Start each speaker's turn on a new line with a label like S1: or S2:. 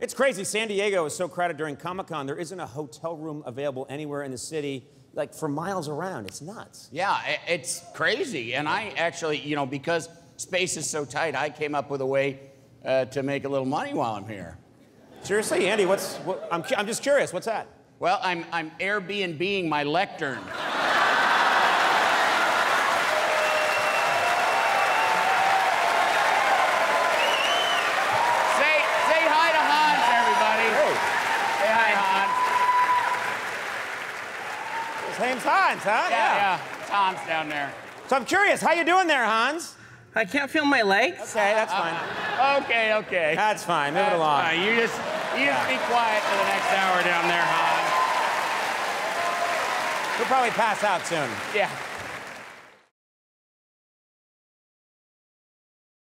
S1: It's crazy. San Diego is so crowded during Comic Con, there isn't a hotel room available anywhere in the city, like for miles around. It's nuts.
S2: Yeah, i- it's crazy. And I actually, you know, because space is so tight, I came up with a way uh, to make a little money while I'm here.
S1: Seriously, Andy, what's. What, I'm, cu- I'm just curious, what's that?
S2: Well, I'm, I'm Airbnb-ing my lectern. say, say hi to Hans, everybody. Say hi, Hans.
S1: His name's Hans, huh?
S2: Yeah, yeah. It's Hans down there.
S1: So I'm curious, how you doing there, Hans?
S3: I can't feel my legs.
S1: Okay, that's fine.
S2: Okay, okay.
S1: That's fine. Move it
S2: That's
S1: along.
S2: fine. You just, you just be quiet for the next hour down there, Hans.
S1: He'll probably pass out soon.
S2: Yeah.